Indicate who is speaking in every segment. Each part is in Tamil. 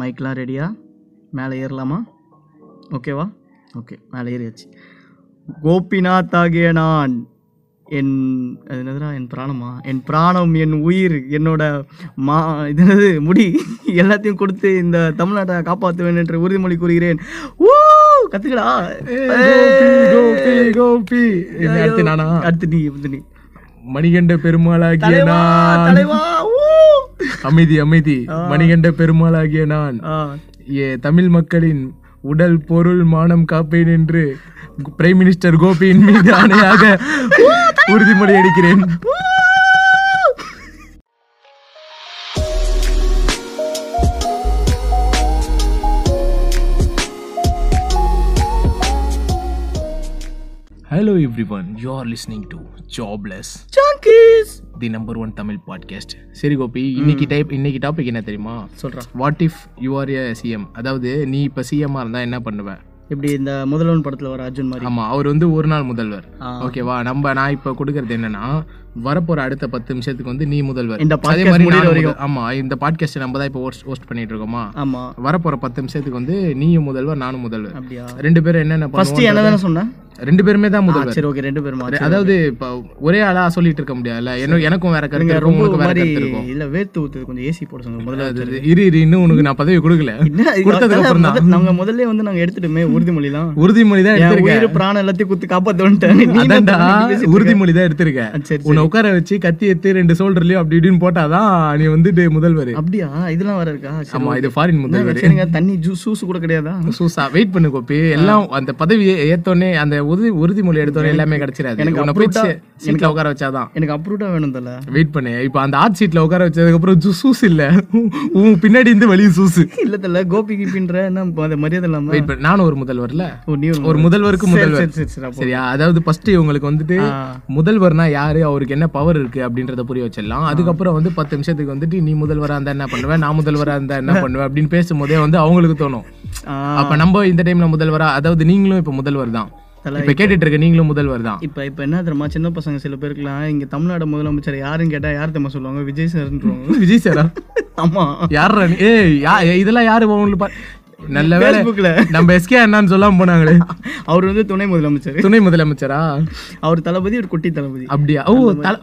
Speaker 1: மைக்லாம் ரெடியா மேலே ஏறலாமா ஓகேவா ஓகே மேலே ஏறியாச்சு கோபிநாத் ஆகிய நான் என் அது என்னதுடா என் பிராணமா என் பிராணம் என் உயிர் என்னோட மா இது என்னது முடி எல்லாத்தையும் கொடுத்து இந்த தமிழ்நாட்டை காப்பாற்றுவேன் என்று உறுதிமொழி கூறுகிறேன் ஊ கத்துக்கடா
Speaker 2: கோபி கோபி என்ன அடுத்து நானா
Speaker 1: அடுத்து நீ அடுத்து நீ
Speaker 2: மணிகண்ட பெருமாளாகிய
Speaker 1: தலைவா,
Speaker 2: நான்
Speaker 1: தலைவா, ஊ!
Speaker 2: அமைதி அமைதி மணிகண்ட பெருமாளாகிய நான்
Speaker 1: ஆ,
Speaker 2: ஏ தமிழ் மக்களின் உடல் பொருள் மானம் காப்பேன் என்று பிரைம் மினிஸ்டர் கோபியின் மீது ஆணையாக உறுதிமொழி அளிக்கிறேன் hello everyone you are listening to jobless
Speaker 1: junkies.
Speaker 2: The number one Tamil podcast சரி கோபி இன்னைக்கு டைப் இன்னைக்கு டாபிக் என்ன தெரியுமா
Speaker 1: சொல்றா
Speaker 2: what if you are a CM அதாவது நீ இப்போ சிஎம்மாக இருந்தால் என்ன பண்ணுவேன்
Speaker 1: இப்படி இந்த முதல்வன் படத்துல வர அர்ஜுன் மாதிரி
Speaker 2: ஆமாம் அவர் வந்து ஒரு நாள் முதல்வர்
Speaker 1: ஆ.
Speaker 2: ஓகேவா நம்ம நான் இப்போ கொடுக்கறது என்னன்னா வரப்போற அடுத்த பத்து நிமிஷத்துக்கு வந்து நீ முதல்வர்
Speaker 1: இந்த
Speaker 2: அதே
Speaker 1: podcast
Speaker 2: மாதிரி
Speaker 1: முடியிற
Speaker 2: நானும் முதல்-
Speaker 1: வரைக்கும்.
Speaker 2: ஆமா இந்த பாட்காஸ்ட் நம்ம தான் இப்போ ஹோஸ்ட் ஹோஸ்ட் பண்ணிட்டு இருக்கோமா
Speaker 1: ஆமா
Speaker 2: வரப்போற பத்து நிமிஷத்துக்கு வந்து நீயும் முதல்வர் நானும் முதல்வர்
Speaker 1: அப்படியா
Speaker 2: ரெண்டு பேரும் என்னென்ன
Speaker 1: ஃபர்ஸ்ட்
Speaker 2: பண்ணுவோம்
Speaker 1: என்ன தானே சொன்னேன்
Speaker 2: ரெண்டு பேருமே தான்
Speaker 1: ஆ,
Speaker 2: முதல்வர்
Speaker 1: சரி ஓகே ரெண்டு பேரும் மாத்தி.
Speaker 2: அதாவது இப்போ ஒரே ஆளா சொல்லிட்டு இருக்க முடியாதுல்ல என்ன- எனக்கும் வேற கருத்து
Speaker 1: நீங்க
Speaker 2: இருக்கும்
Speaker 1: ரொம்ப ஒரு
Speaker 2: உனக்கு வேற
Speaker 1: மாதிரி
Speaker 2: கருத்து இருக்கும்
Speaker 1: இல்ல வேர்த்து ஊத்துது கொஞ்சம் ஏசி போட சொல்லுங்க முதல்ல
Speaker 2: அது- அது- இரு இரு இன்னும் உனக்கு நான் பதவி கொடுக்கல
Speaker 1: என்ன இது-
Speaker 2: கொடுத்ததுக்கு
Speaker 1: அதான்
Speaker 2: அப்புறம்
Speaker 1: முத- நாங்க முதல்ல வந்து நாங்க எடுத்துட்டோமே உறுதிமொழிலாம்
Speaker 2: உறுதிமொழி தான்
Speaker 1: என்
Speaker 2: எடுத்திருக்கேன்
Speaker 1: உயிர் பிராணம் எல்லாத்தையும் குத்து காப்பாத்து வந்துட்டேன் நீ என்ன
Speaker 2: அதான்டா
Speaker 1: இப்படி பேசிட்டு இருக்க?
Speaker 2: உறுதிமொழி தான் எடுத்திருக்க
Speaker 1: ஆ, சரி சரி.
Speaker 2: உன்னை உட்கார வச்சு கத்தி எடுத்து ரெண்டு சோல்டர்லயும் அப்படி இப்படின்னு போட்டாதான் நீ வந்துட்டு முதல்வர்
Speaker 1: அப்படியா இதெல்லாம் வர இருக்கா சரி,
Speaker 2: ஆமா இது ஃபாரின்
Speaker 1: என்ன
Speaker 2: முதல்வர்
Speaker 1: சரிங்க தண்ணி ஜூஸ் சூஸ் கூட கிடையாதா
Speaker 2: சூசா வெயிட் பண்ணு கோபி எல்லாம் அந்த பதவியை ஏத்தோடனே அந்த உறுதி உறுதிமொழி எடுத்தோடனே எல்லாமே கிடைச்சிடாது
Speaker 1: எனக்கு
Speaker 2: உன்னை போய்
Speaker 1: approved-ஆ-
Speaker 2: சீட்ல உட்கார வச்சாதான்
Speaker 1: எனக்கு அப்ரூவ்டா வேணும் தல
Speaker 2: வெயிட் பண்ணு இப்போ அந்த ஆர்ட் சீட்ல உட்கார வச்சதுக்கு அப்புறம் ஜூ- சூஸ் இல்ல உன் பின்னாடி இருந்து வெளியே சூஸ்
Speaker 1: இல்ல தல கோபி கிபின்ற என்ன அந்த மரியாதை இல்லாம
Speaker 2: வெயிட் பண்ணு நானும் ஒரு முதல்வர்ல
Speaker 1: ஓ நீ
Speaker 2: ஒரு முதல்வருக்கு
Speaker 1: சரி,
Speaker 2: முதல்வர்
Speaker 1: சரி சரி சரி அப்போ.
Speaker 2: சரியா அதாவது ஃபர்ஸ்ட் இவங்களுக்கு வந்துட்டு
Speaker 1: ஆ.
Speaker 2: முதல்வர்னா யாரு அவருக்கு என்ன பவர் இருக்கு அப்படின்றத புரிய வச்சிடலாம் அதுக்கப்புறம் வந்து பத்து நிமிஷத்துக்கு வந்துட்டு நீ முதல்வரா இருந்தா என்ன பண்ணுவேன் நான் முதல்வரா இருந்தா என்ன பண்ணுவேன் அப்படின்னு பேசும்போதே வந்து அவங்களுக்கு தோணும்
Speaker 1: ஆ,
Speaker 2: அப்ப நம்ம இந்த டைம்ல முதல்வரா அதாவது நீங்களும் இப்ப முதல்வர் தான்
Speaker 1: தல,
Speaker 2: இப்ப கேட்டுட்டு இருக்க நீங்களும் முதல்வர் தான்
Speaker 1: இப்ப இப்ப என்ன தெரியுமா சின்ன பசங்க சில பேருக்குலாம் இங்க தமிழ்நாடு முதலமைச்சர் யாருன்னு கேட்டா யார் தெரியுமா சொல்லுவாங்க விஜய் சார்ன்றவங்க
Speaker 2: விஜய் சாரா
Speaker 1: ஆமா
Speaker 2: யார் ஏ இதெல்லாம் யாரு உங்களுக்கு பா- நல்ல வேலை
Speaker 1: Facebookல
Speaker 2: நம்ம எஸ்கே அண்ணான்னு சொல்லாம போனாங்களே
Speaker 1: அவர் வந்து துணை முதலமைச்சர்
Speaker 2: துணை முதலமைச்சரா
Speaker 1: அவர் தளபதி ஒரு குட்டி தளபதி
Speaker 2: அப்படியா ஓ தல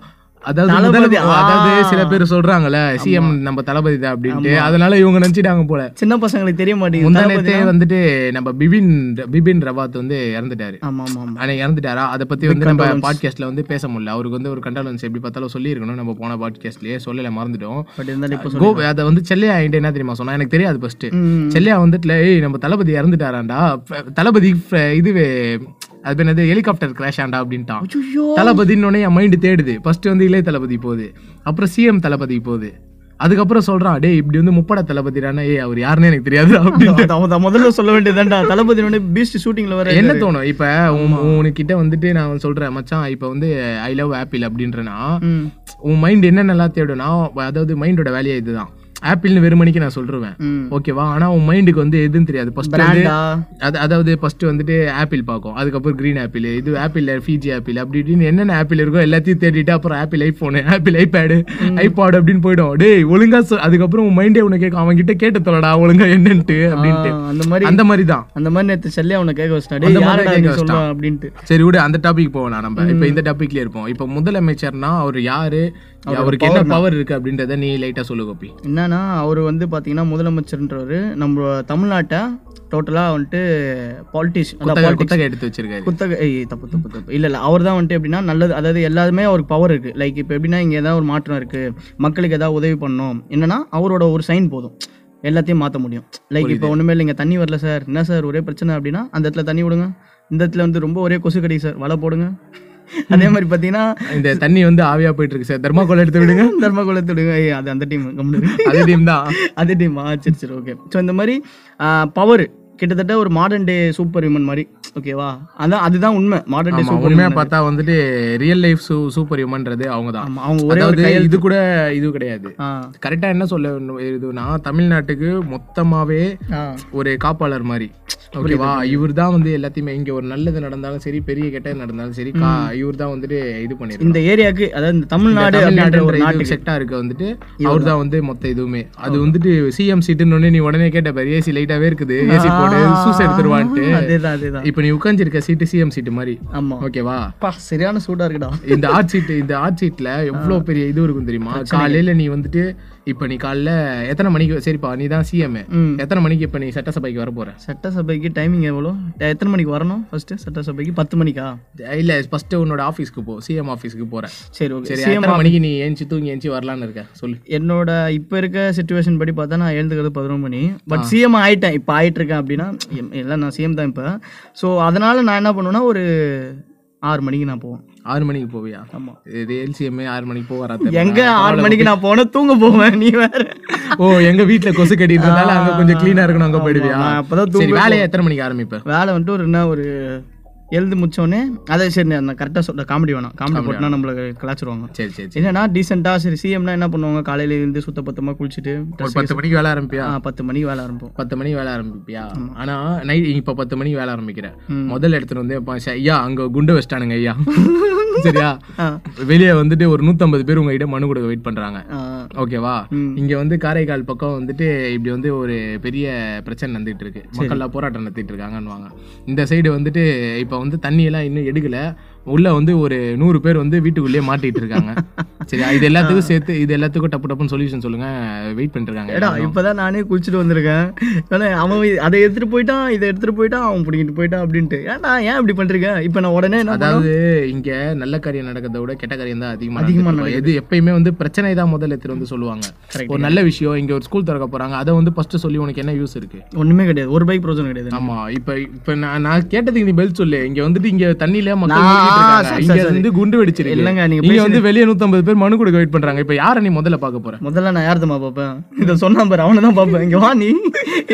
Speaker 2: அதாவது
Speaker 1: தளபதி,
Speaker 2: முதல்வர்
Speaker 1: ஆ.
Speaker 2: அதாவது சில பேர் சொல்றாங்கல்ல சிஎம் நம்ம தளபதி தான் அப்படின்ட்டு அதனால இவங்க நினைச்சிட்டாங்க போல
Speaker 1: சின்ன பசங்களுக்கு தெரிய மாட்டேங்குது
Speaker 2: முந்தா நேத்தே வந்துட்டு நம்ம பிபின் பிபின் ரவாத் வந்து இறந்துட்டாரு
Speaker 1: ஆமா ஆமா ஆமா
Speaker 2: அன்னைக்கு இறந்துட்டாரா அதை பத்தி வந்து நம்ம பாட்காஸ்ட்ல வந்து பேச முடியல அவருக்கு வந்து ஒரு கண்டலன்ஸ் எப்படி பார்த்தாலும் சொல்லியிருக்கணும் நம்ம போன பாட்காஸ்ட்லயே சொல்லல மறந்துட்டோம்
Speaker 1: பட் இருந்தாலும் இப்ப
Speaker 2: கோ அதை வந்து செல்லையா என்கிட்ட என்ன தெரியுமா சொன்னா எனக்கு தெரியாது ஃபர்ஸ்ட்
Speaker 1: ம்.
Speaker 2: செல்லையா வந்துட்டுல ஏய் நம்ம தளபதி இறந்துட்டாராண்டா ப- தளபதி ப- இதுவே அது பேர் என்னது ஹெலிகாப்டர் கிராஷ் ஆண்டா அப்படின்ட்டான்
Speaker 1: ஐயோ
Speaker 2: தளபதினோடனே என் மைண்டு தேடுது ஃபர்ஸ்ட் வந்து இளைய தளபதி போகுது அப்புறம் சிஎம் தளபதி போகுது அதுக்கப்புறம் சொல்றான் டேய் இப்படி வந்து முப்படா தளபதிடானா ஏய் அவர் யாருன்னு எனக்கு தெரியாது அப்படின்னு
Speaker 1: முதல்ல சொல்ல வேண்டியதுதான்டா தளபதி உடனே பீஸ்ட் ஷூட்டிங்ல வர
Speaker 2: என்ன தோணும் இப்ப உன்- உனக்கிட்ட வந்துட்டு நான் சொல்றேன் மச்சான் இப்ப வந்து ஐ லவ் ஆப்பிள் அப்படின்றனா
Speaker 1: ம்.
Speaker 2: உன் மைண்ட் என்னென்னலாம் தேடும்னா அதாவது மைண்டோட வேலையே இதுதான் ஆப்பிள்னு வெறுமணிக்கு நான் சொல்றேன்
Speaker 1: ம்.
Speaker 2: ஓகேவா ஆனா உன் மைண்டுக்கு வந்து எதுவும் தெரியாது ஃபர்ஸ்ட்
Speaker 1: பிராண்டா
Speaker 2: அது அதாவது ஃபர்ஸ்ட் வந்துட்டு ஆப்பிள் பார்க்கும் அதுக்கப்புறம் க்ரீன் ஆப்பிள் இது ஆப்பிள் ஃபிஜி ஆப்பிள் அப்படி இப்படின்னு என்னென்ன ஆப்பிள் இருக்கோ எல்லாத்தையும் தேடிட்டு அப்புறம் Apple iPhone Apple iPad iPod அப்படின்னு போயிடும் டேய் ஒழுங்கா சொல் அதுக்கப்புறம் உன் மைண்டே உனக்கு கேட்கும் அவன் கிட்ட கேட்டு தொலைடா ஒழுங்கா என்னன்ட்டு அப்படின்ட்டு
Speaker 1: அந்த மாதிரி
Speaker 2: அந்த மாதிரி தான்
Speaker 1: அந்த மாதிரி நேத்து செல்லே அவனை கேட்க வச்சிட்டான் டேய், யாரடா நீ சொல்லுவா அப்படின்ட்டு
Speaker 2: சரி விடு அந்த டாபிக் போகலாம் நம்ம இப்போ இந்த டாபிக்ல இருப்போம் இப்போ முதலமைச்சர்னா அவர் யாரு அவருக்கு என்ன பவர் இருக்கு அப்படின்றத நீ லைட்டா சொல்லு கோபி
Speaker 1: என்னன்னா அவர் வந்து பாத்தீங்கன்னா முதலமைச்சர்ன்றவர் நம்ம தமிழ்நாட்டை டோட்டலா வந்துட்டு பாலிட்டிஷியன்
Speaker 2: குத்தகை- குத்தகை எடுத்து வச்சிருக்காரு
Speaker 1: குத்தகை ஏய், தப்பு தப்பு தப்பு இல்லை இல்லை அவர் தான் வந்துட்டு எப்படின்னா நல்லது அதாவது எல்லாருமே அவருக்கு பவர் இருக்குது லைக் இப்போ எப்படின்னா இங்கே ஏதாவது ஒரு மாற்றம் இருக்குது மக்களுக்கு ஏதாவது உதவி பண்ணணும் என்னன்னா அவரோட ஒரு சைன் போதும் எல்லாத்தையும் மாற்ற முடியும் லைக் இப்போ ஒன்றுமே இல்லைங்க தண்ணி வரல சார் என்ன சார் ஒரே பிரச்சனை அப்படின்னா அந்த இடத்துல தண்ணி விடுங்க இந்த இடத்துல வந்து ரொம்ப ஒரே கொசு கடி சார் வலை போடுங்க அதே மாதிரி பார்த்தீங்கன்னா
Speaker 2: இந்த தண்ணி வந்து ஆவியா போயிட்டு இருக்கு சார் தர்மாக்கோல் எடுத்து விடுங்க
Speaker 1: தர்மகுலத்து விடுங்க ஏய், அது அந்த டீம் கம்முனு
Speaker 2: அதே டீம் தான்
Speaker 1: அதே டீம் சரி சரி ஓகே ஸோ இந்த மாதிரி பவர் கிட்டத்தட்ட ஒரு மாடர்ன் டே சூப்பர் விமன் மாதிரி ஓகேவா அதான் அதுதான் உண்மை மாடர்ன் டே
Speaker 2: ஆமா,
Speaker 1: சூப்பர்
Speaker 2: உண்மையா பார்த்தா வந்துட்டு ரியல் லைஃப் சூப்பர் ஹியூமன்றது அவங்க தான்
Speaker 1: ஆமா அவங்க ஒரே ஒரு
Speaker 2: அதாவது இது கூட இது கிடையாது
Speaker 1: ஆ
Speaker 2: கரெக்டா என்ன சொல்ல வேணும் இதுனா தமிழ்நாட்டுக்கு மொத்தமாவே
Speaker 1: ஆ
Speaker 2: ஒரு காப்பாளர் மாதிரி ஓகேவா இவர் தான் வந்து எல்லாத்தையுமே இங்க ஒரு நல்லது நடந்தாலும் சரி பெரிய கெட்டது நடந்தாலும் சரி கா இவர் தான் வந்துட்டு இது பண்ணிருக்காரு
Speaker 1: இந்த ஏரியாக்கு அதாவது இந்த தமிழ்நாடு அப்படின்ற ஒரு நாட்டுக்கு
Speaker 2: செக்டா இருக்க வந்துட்டு அவர் தான் வந்து மொத்த இதுவுமே அது வந்துட்டு சிஎம் சீட்டுன்னு ஒண்ணு நீ உடனே கேட்ட பாரு ஏசி லைட்டாவே இருக்குது ஏசி போட்டு சூஸ் எடுத்துருவான்ட்டு
Speaker 1: அதேதான் அதேதான்
Speaker 2: இப்போ நீ உட்காந்துருக்க சீட்டு சிஎம் சீட்டு மாதிரி
Speaker 1: ஆமா
Speaker 2: ஓகேவா
Speaker 1: பா சரியான சூடா இருக்குடா
Speaker 2: இந்த ஆர்ட் சீட்டு இந்த ஆர்ட் சீட்ல எவ்வளவு பெரிய இது இருக்கும் தெரியுமா காலையில நீ வந்துட்டு இப்போ நீ காலைல எத்தனை மணிக்கு சரிப்பா நீ தான் சிஎம்
Speaker 1: ம்.
Speaker 2: எத்தனை மணிக்கு இப்போ நீ சட்டசபைக்கு வர போற
Speaker 1: சட்டசபைக்கு டைமிங் எவ்வளோ எத்தனை மணிக்கு வரணும் ஃபர்ஸ்ட் சட்டசபைக்கு பத்து மணிக்கா
Speaker 2: இல்ல ஃபர்ஸ்ட் உன்னோட ஆபீஸ்க்கு போ சிஎம் ஆபீஸ்க்கு போற
Speaker 1: சரி ஓகே
Speaker 2: சரி எத்தனை மணிக்கு நீ ஏஞ்சி தூங்கி ஏஞ்சி வரலான்னு இருக்க சொல்லு
Speaker 1: என்னோட இப்போ இருக்க சுச்சுவேஷன் படி பார்த்தா நான் எழுந்துக்கிறது பதினொன்று மணி பட் சிஎம் ஆயிட்டேன் இப்போ ஆயிட்டு இருக்கேன் அப்படின்னா எம்- எல்லாம் நான் சிஎம் தான் இப்போ ஸோ அதனால நான் என்ன பண்ணுவேன்னா ஒரு ஆறு மணிக்கு நான் போவேன்
Speaker 2: ஆறு மணிக்கு போவியா
Speaker 1: ஆமா.
Speaker 2: இது எல்சிஎம்ஏ ஆறு மணிக்கு போக வராது
Speaker 1: எங்க ஆறு மணிக்கு நான் போனா தூங்க போவேன் நீ வேற
Speaker 2: ஓ எங்க வீட்ல கொசு கட்டி இருந்தால அங்க கொஞ்சம் க்ளீனா இருக்கணும் அங்க போயிடுவியா
Speaker 1: நான் அப்பதான்
Speaker 2: சரி வேலையை எத்தனை மணிக்கு ஆரம்பிப்ப
Speaker 1: வேலை வந்துட்டு ஒரு என்ன ஒரு எழுந்து முடிச்சோடனே அதை சரி நான் கரெக்டாக சொல்ல காமெடி வேணாம் காமெடி போட்டுனா நம்மள கலாச்சிருவாங்க
Speaker 2: சரி சரி சரி
Speaker 1: என்னன்னா டீசெண்டாக சரி சிஎம்னா என்ன பண்ணுவாங்க காலையில இருந்து சுத்த பத்தமாக குளிச்சுட்டு
Speaker 2: ஒரு பத்து மணிக்கு வேலை ஆரம்பிப்பியா
Speaker 1: ஆ, பத்து மணிக்கு வேலை ஆரம்பிப்போம்
Speaker 2: பத்து மணிக்கு வேலை ஆரம்பிப்பியா ஆனா நைட் இப்ப பத்து மணிக்கு வேலை ஆரம்பிக்கிறேன்
Speaker 1: ம்.
Speaker 2: முதல்ல எடுத்துட்டு வந்து பா, சே, ஐயா அங்க குண்டு வச்சிட்டானுங்க ஐயா சரியா
Speaker 1: ஆ.
Speaker 2: வெளியே வந்துட்டு ஒரு நூத்தம்பது பேர் உங்ககிட்ட மனு கொடுக்க வெயிட் பண்றாங்க
Speaker 1: ஆ,
Speaker 2: ஓகேவா
Speaker 1: ம்.
Speaker 2: இங்க வந்து காரைக்கால் பக்கம் வந்துட்டு இப்படி வந்து ஒரு பெரிய பிரச்சனை நடந்துட்டு இருக்கு மக்கள்லாம் போராட்டம் நடத்திட்டு இருக்காங்கன்னுவாங்க இந்த சைடு வந்துட்டு இப்போ வந்து தண்ணி எல்லாம் இன்னும் எடுக்கல உள்ள வந்து ஒரு நூறு பேர் வந்து வீட்டுக்குள்ளேயே மாட்டிட்டு இருக்காங்க சரி இது எல்லாத்துக்கும் சேர்த்து இது எல்லாத்துக்கும் டப்பு டப்புன்னு சொல்யூஷன் சொல்லுங்க வெயிட் பண்ணிட்டு
Speaker 1: ஏடா
Speaker 2: இருக்காங்க
Speaker 1: இப்பதான் நானே குளிச்சுட்டு வந்திருக்கேன் ஏன்னா அவன் இ- அதை எடுத்துட்டு போயிட்டான் இதை எடுத்துட்டு போயிட்டான் அவன் பிடிக்கிட்டு போயிட்டான் அப்படின்ட்டு ஏன்டா ஏன் இப்படி பண்றீங்க இப்போ நான் உடனே என்ன பண்ணணும்?
Speaker 2: அதாவது இங்க நல்ல காரியம் நடக்கிறத விட கெட்ட காரியம் தான் அதிகமா அதிகமா எது எப்பயுமே வந்து பிரச்சனை தான் முதல்ல எடுத்துட்டு வந்து சொல்லுவாங்க
Speaker 1: Correct.
Speaker 2: ஒரு நல்ல விஷயம் இங்க ஒரு ஸ்கூல் திறக்க போறாங்க அதை வந்து ஃபர்ஸ்ட் சொல்லி உனக்கு என்ன யூஸ் இருக்கு
Speaker 1: ஒண்ணுமே கிடையாது ஒரு பைக் பிரோஜனம் கிடையாது
Speaker 2: ஆமா இப்ப இப்ப நான் நான் கேட்டதுக்கு நீ பதில் சொல்லு இங்க வந்துட்டு இங்க தண்ணியில மக்கள்
Speaker 1: நான்
Speaker 2: மூழ்கிட்டு இருக்காங்க.
Speaker 1: சரி,
Speaker 2: இங்க
Speaker 1: சரி,
Speaker 2: வந்து குண்டு வெடிச்சிருக்கு
Speaker 1: இல்லைங்க, நீங்க
Speaker 2: இங்க வந்து வெளிய 150 பேர் மனு கொடுக்க வெயிட் பண்றாங்க இப்ப யாரை நீ முதல்ல பார்க்க போற
Speaker 1: முதல்ல நான் யார்தம்மா பார்ப்பேன் இதை சொன்னா பாரு அவனை தான் பார்ப்பேன் இங்கே வா நீ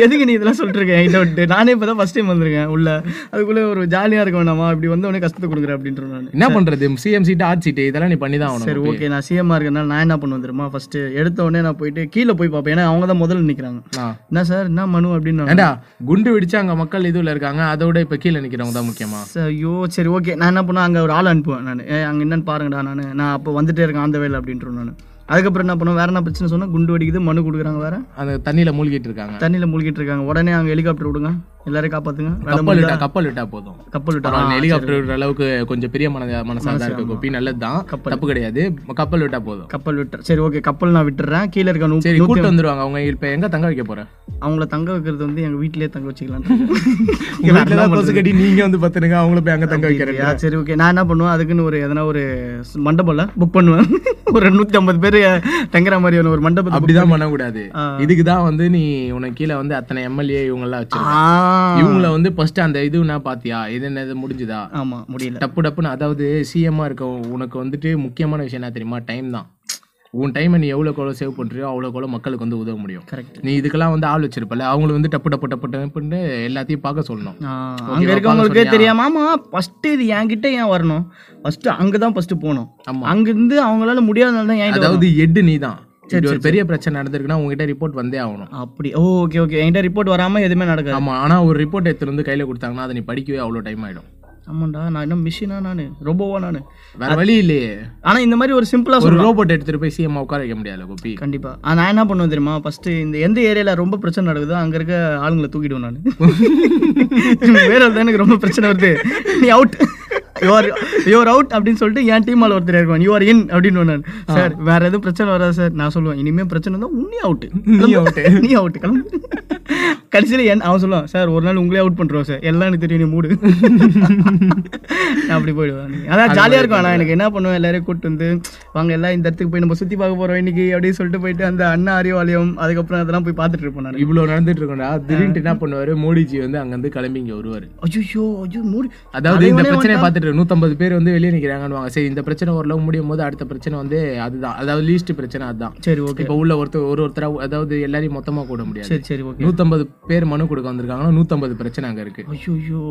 Speaker 1: எதுக்கு நீ இதெல்லாம் சொல்லிட்டு இருக்க என்கிட்ட விட்டு நானே இப்போ தான் ஃபஸ்ட் டைம் வந்திருக்கேன் உள்ள அதுக்குள்ளே ஒரு ஜாலியாக இருக்க வேணாமா இப்படி வந்து உடனே கஷ்டத்தை கொடுக்குற அப்படின்ற நான்
Speaker 2: என்ன பண்றது சிஎம் சீட் ஆர்ட் சீட் இதெல்லாம் நீ பண்ணி தான்
Speaker 1: சரி
Speaker 2: ஆகணும்
Speaker 1: ஓகே நான் சிஎம்மாக இருக்கனால நான் என்ன பண்ணுவேன் தெரியுமா ஃபஸ்ட்டு எடுத்த உடனே நான் போயிட்டு கீழே போய் பார்ப்பேன் ஏன்னா அவங்க தான் முதல்ல நிற்கிறாங்க
Speaker 2: ஆ.
Speaker 1: என்ன சார் என்ன மனு அப்படின்னு
Speaker 2: ஏண்டா குண்டு வெடிச்சு அங்க மக்கள் இதுல இருக்காங்க அதோட இப்ப கீழே நிக்கிறவங்க தான் முக்கியமா
Speaker 1: சார் ஐயோ சரி ஓகே நான் என்ன பண்ணுவேன் அங்கே ஒரு ஆள் அனுப்புவேன் நான் ஏ அங்கே என்னன்னு பாருங்கடா நான் நான் அப்போ வந்துட்டே இருக்கேன் அந்த வேலை அப்படின்றேன் நான் அதுக்கப்புறம் என்ன பண்ணுவேன் வேற என்ன பிரச்சனை சொன்னால் குண்டு வெடிக்குது மனு கொடுக்குறாங்க வேற
Speaker 2: அந்த தண்ணியில மூழ்கிட்டு இருக்காங்க
Speaker 1: தண்ணியில் மூழ்கிட்டு இருக்காங்க உடனே அங்கே ஹெலிகாப்டர் விடுங்க எல்லாரையும் காப்பாற்றுங்க வேலை
Speaker 2: கப்பல் விட்டா கப்பல் விட்டா போதும்
Speaker 1: கப்பல் விட்டாரா
Speaker 2: பரவாயில்ல ஹெலிகாப்டர் விடுற அளவுக்கு கொஞ்சம் பெரிய மனதா மனசா தான் இருக்கு கோபி நல்லதுதான் தப்பு கிடையாது கப்பல் விட்டா போதும்
Speaker 1: கப்பல் விட்டுற சரி ஓகே கப்பல் நான் விட்டுறேன் கீழே இருக்க நூ-
Speaker 2: சரி கூட்டு வந்துருவாங்க அவங்க இப்ப எங்க தங்க வைக்க போற
Speaker 1: அவங்கள தங்க வைக்கிறது வந்து எங்க வீட்டிலேயே தங்க வச்சுக்கலாம்
Speaker 2: உங்க வீட்டுல தான் கொசு கட்டி நீங்க வந்து பத்துனுங்க அவங்கள போய் அங்க தங்க வைக்கிறேன்
Speaker 1: சரி ஓகே நான் என்ன பண்ணுவேன் அதுக்குன்னு ஒரு எதனா ஒரு ஸ்- மண்டபம்ல புக் பண்ணுவேன் ஒரு நூத்தி ஐம்பது பேர் தங்குற மாதிரியான ஒரு மண்டபத்தை book-
Speaker 2: அப்படிதான் பண்ணக்கூடாது
Speaker 1: ஆ.
Speaker 2: இதுக்கு தான் வந்து நீ உனக்கு கீழே வந்து அத்தனை எம்எல்ஏ இவங்கெல்லாம் வச்சு
Speaker 1: ஆ,
Speaker 2: இவங்கள வந்து ஃபர்ஸ்ட் அந்த இது நான் பாத்தியா இது என்ன இது முடிஞ்சுதா
Speaker 1: ஆமா முடியல
Speaker 2: டப்பு டப்புன்னு அதாவது சிஎம்மா இருக்க உனக்கு வந்துட்டு முக்கியமான விஷயம் என்ன தெரியுமா டைம் தான் உன் டைமை நீ எவ்வளோ எவ்வளோ சேவ் பண்ணுறியோ அவ்வளோ எவ்வளோ மக்களுக்கு வந்து உதவ முடியும்
Speaker 1: கரெக்ட்
Speaker 2: நீ இதுக்கெல்லாம் வந்து ஆள் வச்சிருப்பல அவங்கள வந்து டப்பு டப்பு டப்பு டப்புன்னு எல்லாத்தையும் பார்க்க சொல்லணும்
Speaker 1: அங்க இருக்கவங்களுக்கே தெரியாம ஆமா ஃபர்ஸ்ட் இது என்கிட்ட ஏன் வரணும் ஃபர்ஸ்ட் அங்கதான் ஃபர்ஸ்ட் போகணும்
Speaker 2: ஆமா.
Speaker 1: அங்க இருந்து அவங்களால முடியாதனால தான் ஏன்
Speaker 2: அதாவது எட்டு நீ தான் இப்படி ஒரு பெரிய பிரச்சனை நடந்திருக்குன்னா உங்ககிட்ட ரிப்போர்ட் வந்தே ஆகணும்
Speaker 1: அப்படி ஓகே ஓகே என்கிட்ட ரிப்போர்ட் வராம எதுவுமே நடக்காது
Speaker 2: ஆமா ஆனா ஒரு ரிப்போர்ட் எடுத்துட்டு வந்து கையில கொடுத்தாங்கன்னா அதை நீ படிக்கவே அவ்வளோ டைம் ஆயிடும்
Speaker 1: ஆமாண்டா நான் என்ன மிஷினா நானு ரொபோவா நானு
Speaker 2: வேற வழி இல்லையே
Speaker 1: ஆனா இந்த மாதிரி ஒரு சிம்பிளா
Speaker 2: ஒரு ரோபோட் எடுத்துட்டு போய் சிஎம் உட்கார வைக்க முடியாது கோபி
Speaker 1: கண்டிப்பா ஆ, நான் என்ன பண்ணுவேன் தெரியுமா ஃபர்ஸ்ட் இந்த எந்த ஏரியால ரொம்ப பிரச்சனை நடக்குதோ அங்க இருக்க ஆளுங்களை தூக்கிடுவேன் நான் வேற தான் எனக்கு ரொம்ப பிரச்சனை வருது நீ அவுட் யுவர் யுவர் அவுட் அப்படின்னு சொல்லிட்டு என் டீம் ஆள் ஒருத்தர் இருக்கான் யுவர் இன் அப்படின்னு நான் சார் வேற எதுவும் பிரச்சனை வராது சார் நான் சொல்லுவேன் இனிமே பிரச்சனை இருந்தா உன்னி அவுட்
Speaker 2: நீ out.
Speaker 1: நீ அவுட் கிளம்பு கடைசியில என் அவன் சொல்லுவான் சார் ஒரு நாள் உங்களே அவுட் பண்றோம் சார் எல்லாம் எனக்கு தெரியும் நீ மூடு நான் அப்படி போயிடுவேன் நீ. அதான் ஜாலியா இருக்கும் ஆனா எனக்கு என்ன பண்ணுவேன் எல்லாரையும் கூட்டு வந்து வாங்க எல்லாம் இந்த இடத்துக்கு போய் நம்ம சுத்தி பார்க்க போறோம் இன்னைக்கு அப்படின்னு சொல்லிட்டு போயிட்டு அந்த அண்ணா அறிவாலயம் அதுக்கப்புறம் அதெல்லாம் போய் பார்த்துட்டு இருப்போம் நான்
Speaker 2: இவ்வளவு நடந்துட்டு இருக்கோம்டா திடீர்னு என்ன பண்ணுவாரு மோடிஜி வந்து அங்க இருந்து கிளம்பி இங்க வருவாரு
Speaker 1: ஐயோ ஐயோ மூடி
Speaker 2: அதாவது இந்த பிரச்சனையை பார்த்துட்டு நூத்தம்பது பேர் வந்து வெளியே நிக்கிறாங்கன்னு சரி இந்த பிரச்சனை ஓரளவு முடியும் போது அடுத்த பிரச்சனை வந்து அதுதான் அதாவது லீஸ்ட் பிரச்சனை அதுதான்
Speaker 1: சரி ஓகே
Speaker 2: இப்ப உள்ள ஒருத்தர் ஒரு ஒருத்தரா அதாவது எல்லாரையும் மொத்தமா கூட முடியாது
Speaker 1: சரி சரி ஓகே
Speaker 2: நூத்தம்பது பேர் மனு கொடுக்க வந்திருக்காங்கன்னா நூற்றம்பது பிரச்சனை அங்கே இருக்கு
Speaker 1: ஐயோ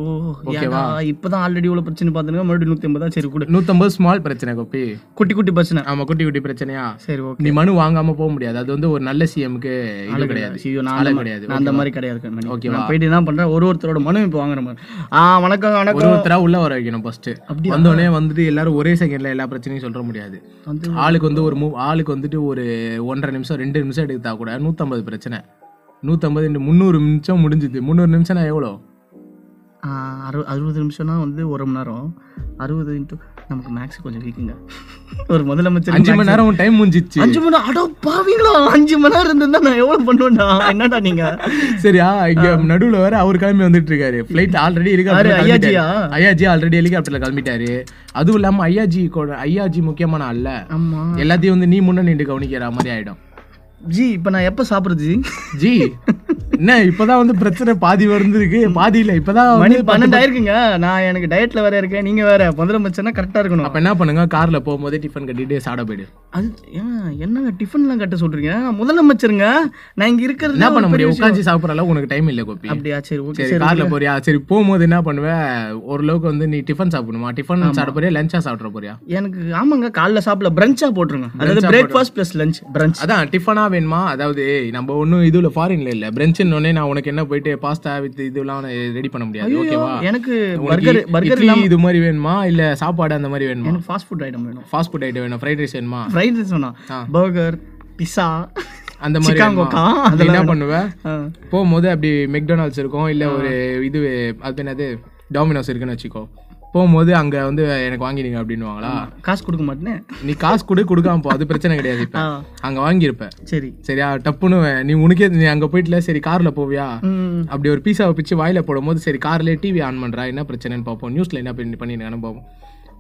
Speaker 1: ஏன்டா இப்பதான் ஆல்ரெடி இவ்வளவு பிரச்சனை பார்த்துங்க மறுபடியும் நூத்தி ஐம்பதா சரி கூட
Speaker 2: நூற்றம்பது ஸ்மால் பிரச்சனை கோப்பி
Speaker 1: குட்டி குட்டி பிரச்சனை
Speaker 2: ஆமா குட்டி குட்டி பிரச்சனையா
Speaker 1: சரி ஓகே
Speaker 2: நீ மனு வாங்காம போக முடியாது அது வந்து ஒரு நல்ல சிஎம்க்கு இது கிடையாது
Speaker 1: ஐயோ நான் அந்த
Speaker 2: ஆளு
Speaker 1: மாதிரி-
Speaker 2: கிடையாது
Speaker 1: நான் அந்த மாதிரி கிடையாது கண்மணி
Speaker 2: Okay,
Speaker 1: நான் போயிட்டு என்ன பண்றேன் ஒரு ஒருத்தரோட மனு இப்போ வாங்குற மாதிரி ஆ வணக்கம்
Speaker 2: ஒரு
Speaker 1: வணக்கம்
Speaker 2: ஒருத்தரா உள்ள வர வைக்கணும் ஃபர்ஸ்ட்
Speaker 1: அப்படியா?
Speaker 2: வந்தோடனே வந்துட்டு எல்லாரும் ஒரே செகண்ட்ல எல்லா பிரச்சனையும் சொல்ற முடியாது
Speaker 1: வந்து
Speaker 2: ஆளுக்கு வந்து ஒரு மூ ஆளுக்கு வந்துட்டு ஒரு ஒன்றரை நிமிஷம் ரெண்டு நிமிஷம் எடுத்தா கூட நூற்றம்பது பிரச்சனை நூற்றம்பது முந்நூறு நிமிஷம் முடிஞ்சுது முந்நூறு நிமிஷம்னா எவ்வளோ
Speaker 1: ஆ, அறு அறுபது நிமிஷம்னா வந்து ஒரு மணி நேரம் அறுபது இன்ட்டு நமக்கு மேக்ஸ் கொஞ்சம் வீக்குங்க ஒரு முதலமைச்சர்
Speaker 2: அஞ்சு மணி நேரம் டைம் முடிஞ்சிச்சு
Speaker 1: அஞ்சு மணி நேரம் அடோ பாவீங்களா அஞ்சு மணி நேரம் இருந்திருந்தா நான் எவ்வளவு பண்ணுவேன்டா என்னடா நீங்க
Speaker 2: சரியா இங்க நடுவுல வேற அவர் கிளம்பி வந்துட்டு இருக்காரு ஃபிளைட் ஆல்ரெடி
Speaker 1: யாரு
Speaker 2: ஹெலிகாப்டர்
Speaker 1: ஐயாஜியா
Speaker 2: ஐயாஜி ஆல்ரெடி ஹெலிகாப்டர்ல கிளம்பிட்டாரு அதுவும் இல்லாம ஐயாஜி கூட- ஐயாஜி முக்கியமான அல்ல
Speaker 1: ஆமா
Speaker 2: எல்லாத்தையும் வந்து நீ முன்ன நின்று கவனிக்கிற மாதிரி ஆயிடும்
Speaker 1: ஜி இப்ப நான் எப்ப சாப்பிடுறது ஜி
Speaker 2: ஜி என்ன இப்பதான் வந்து பிரச்சனை பாதி வருந்திருக்கு பாதி இல்ல இப்பதான்
Speaker 1: மணி
Speaker 2: வந்து
Speaker 1: பன்னெண்டு ஆயிருக்குங்க நான் எனக்கு டயட்ல வேற இருக்கேன் நீங்க வேற முதலமைச்சர்னா கரெக்டா இருக்கணும்
Speaker 2: அப்ப என்ன பண்ணுங்க கார்ல போகும்போதே டிஃபன் கட்டிட்டு சாட போயிடு
Speaker 1: அது ஏன் என்னங்க டிஃபன்லாம் கட்ட சொல்றீங்க நான் முதலமைச்சருங்க நான் இங்க இருக்கிறது
Speaker 2: என்ன பண்ண முடியும் உட்காந்து சாப்பிடுற அளவுக்கு உனக்கு டைம் இல்ல கோபி
Speaker 1: அப்படியா சரி ஓகே
Speaker 2: சரி கார்ல போறியா சரி போகும்போது என்ன பண்ணுவ ஓரளவுக்கு வந்து நீ டிஃபன் சாப்பிடணுமா டிஃபன் சாப்பிட போறியா லஞ்சா சாப்பிட போறியா
Speaker 1: எனக்கு ஆமாங்க காலைல சாப்பிடல பிரஞ்சா போட்டுருங்க அதாவது பிரேக்ஃபாஸ்ட் பிளஸ் லஞ்ச் பிரஞ்ச்
Speaker 2: அதான் டிஃபனா வேணுமா அதாவது ஏய், நம்ம ஒன்றும் இதுல ஃபாரின்ல இல்ல பிரெஞ்சுன்னு உடனே நான் உனக்கு என்ன போயிட்டு பாஸ்தா வித் இதெல்லாம் ரெடி பண்ண முடியாது ஓகேவா
Speaker 1: எனக்கு பர்கர் பர்கர்
Speaker 2: இட்லி இது மாதிரி வேணுமா இல்ல சாப்பாடு அந்த மாதிரி வேணுமா
Speaker 1: எனக்கு ஃபாஸ்ட் ஃபுட் ஐட்டம் வேணும்
Speaker 2: ஃபாஸ்ட் ஃபுட் ஐட்டம் வேணும் ஃப்ரைட் ரைஸ் வேணுமா
Speaker 1: ஃப்ரைட் ரைஸ் வேணாம்
Speaker 2: ஆ.
Speaker 1: பர்கர் பிஸா
Speaker 2: அந்த மாதிரி
Speaker 1: சிக்காங்கோ
Speaker 2: வேணுமா?
Speaker 1: கா,
Speaker 2: நீ என்ன பண்ணுவ
Speaker 1: ஆ.
Speaker 2: போகும்போது அப்படி மெக்டொனால்ட்ஸ் இருக்கும் இல்ல ஒரு இது அது என்னது டாமினோஸ் இருக்குன்னு வச்சுக்கோ போகும்போது அங்க வந்து எனக்கு வாங்கிடுங்க அப்படின்னுவாங்களா
Speaker 1: காசு கொடுக்க மாட்டேனே
Speaker 2: நீ காசு கொடு கொடுக்காம போ அது பிரச்சனை கிடையாது இப்ப
Speaker 1: ஆ,
Speaker 2: அங்க வாங்கியிருப்ப
Speaker 1: சரி
Speaker 2: சரியா டப்புன்னு நீ உனக்கே நீ அங்க போயிட்டுல சரி கார்ல போவியா
Speaker 1: ம்,
Speaker 2: அப்படி ஒரு பீஸாவை பிச்சு வாயில போடும்போது சரி கார்லயே டிவி ஆன் பண்றா என்ன பிரச்சனைன்னு பார்ப்போம் நியூஸ்ல என்ன பண்ணி பண்ணிருக்கான்னு பார்ப்போம்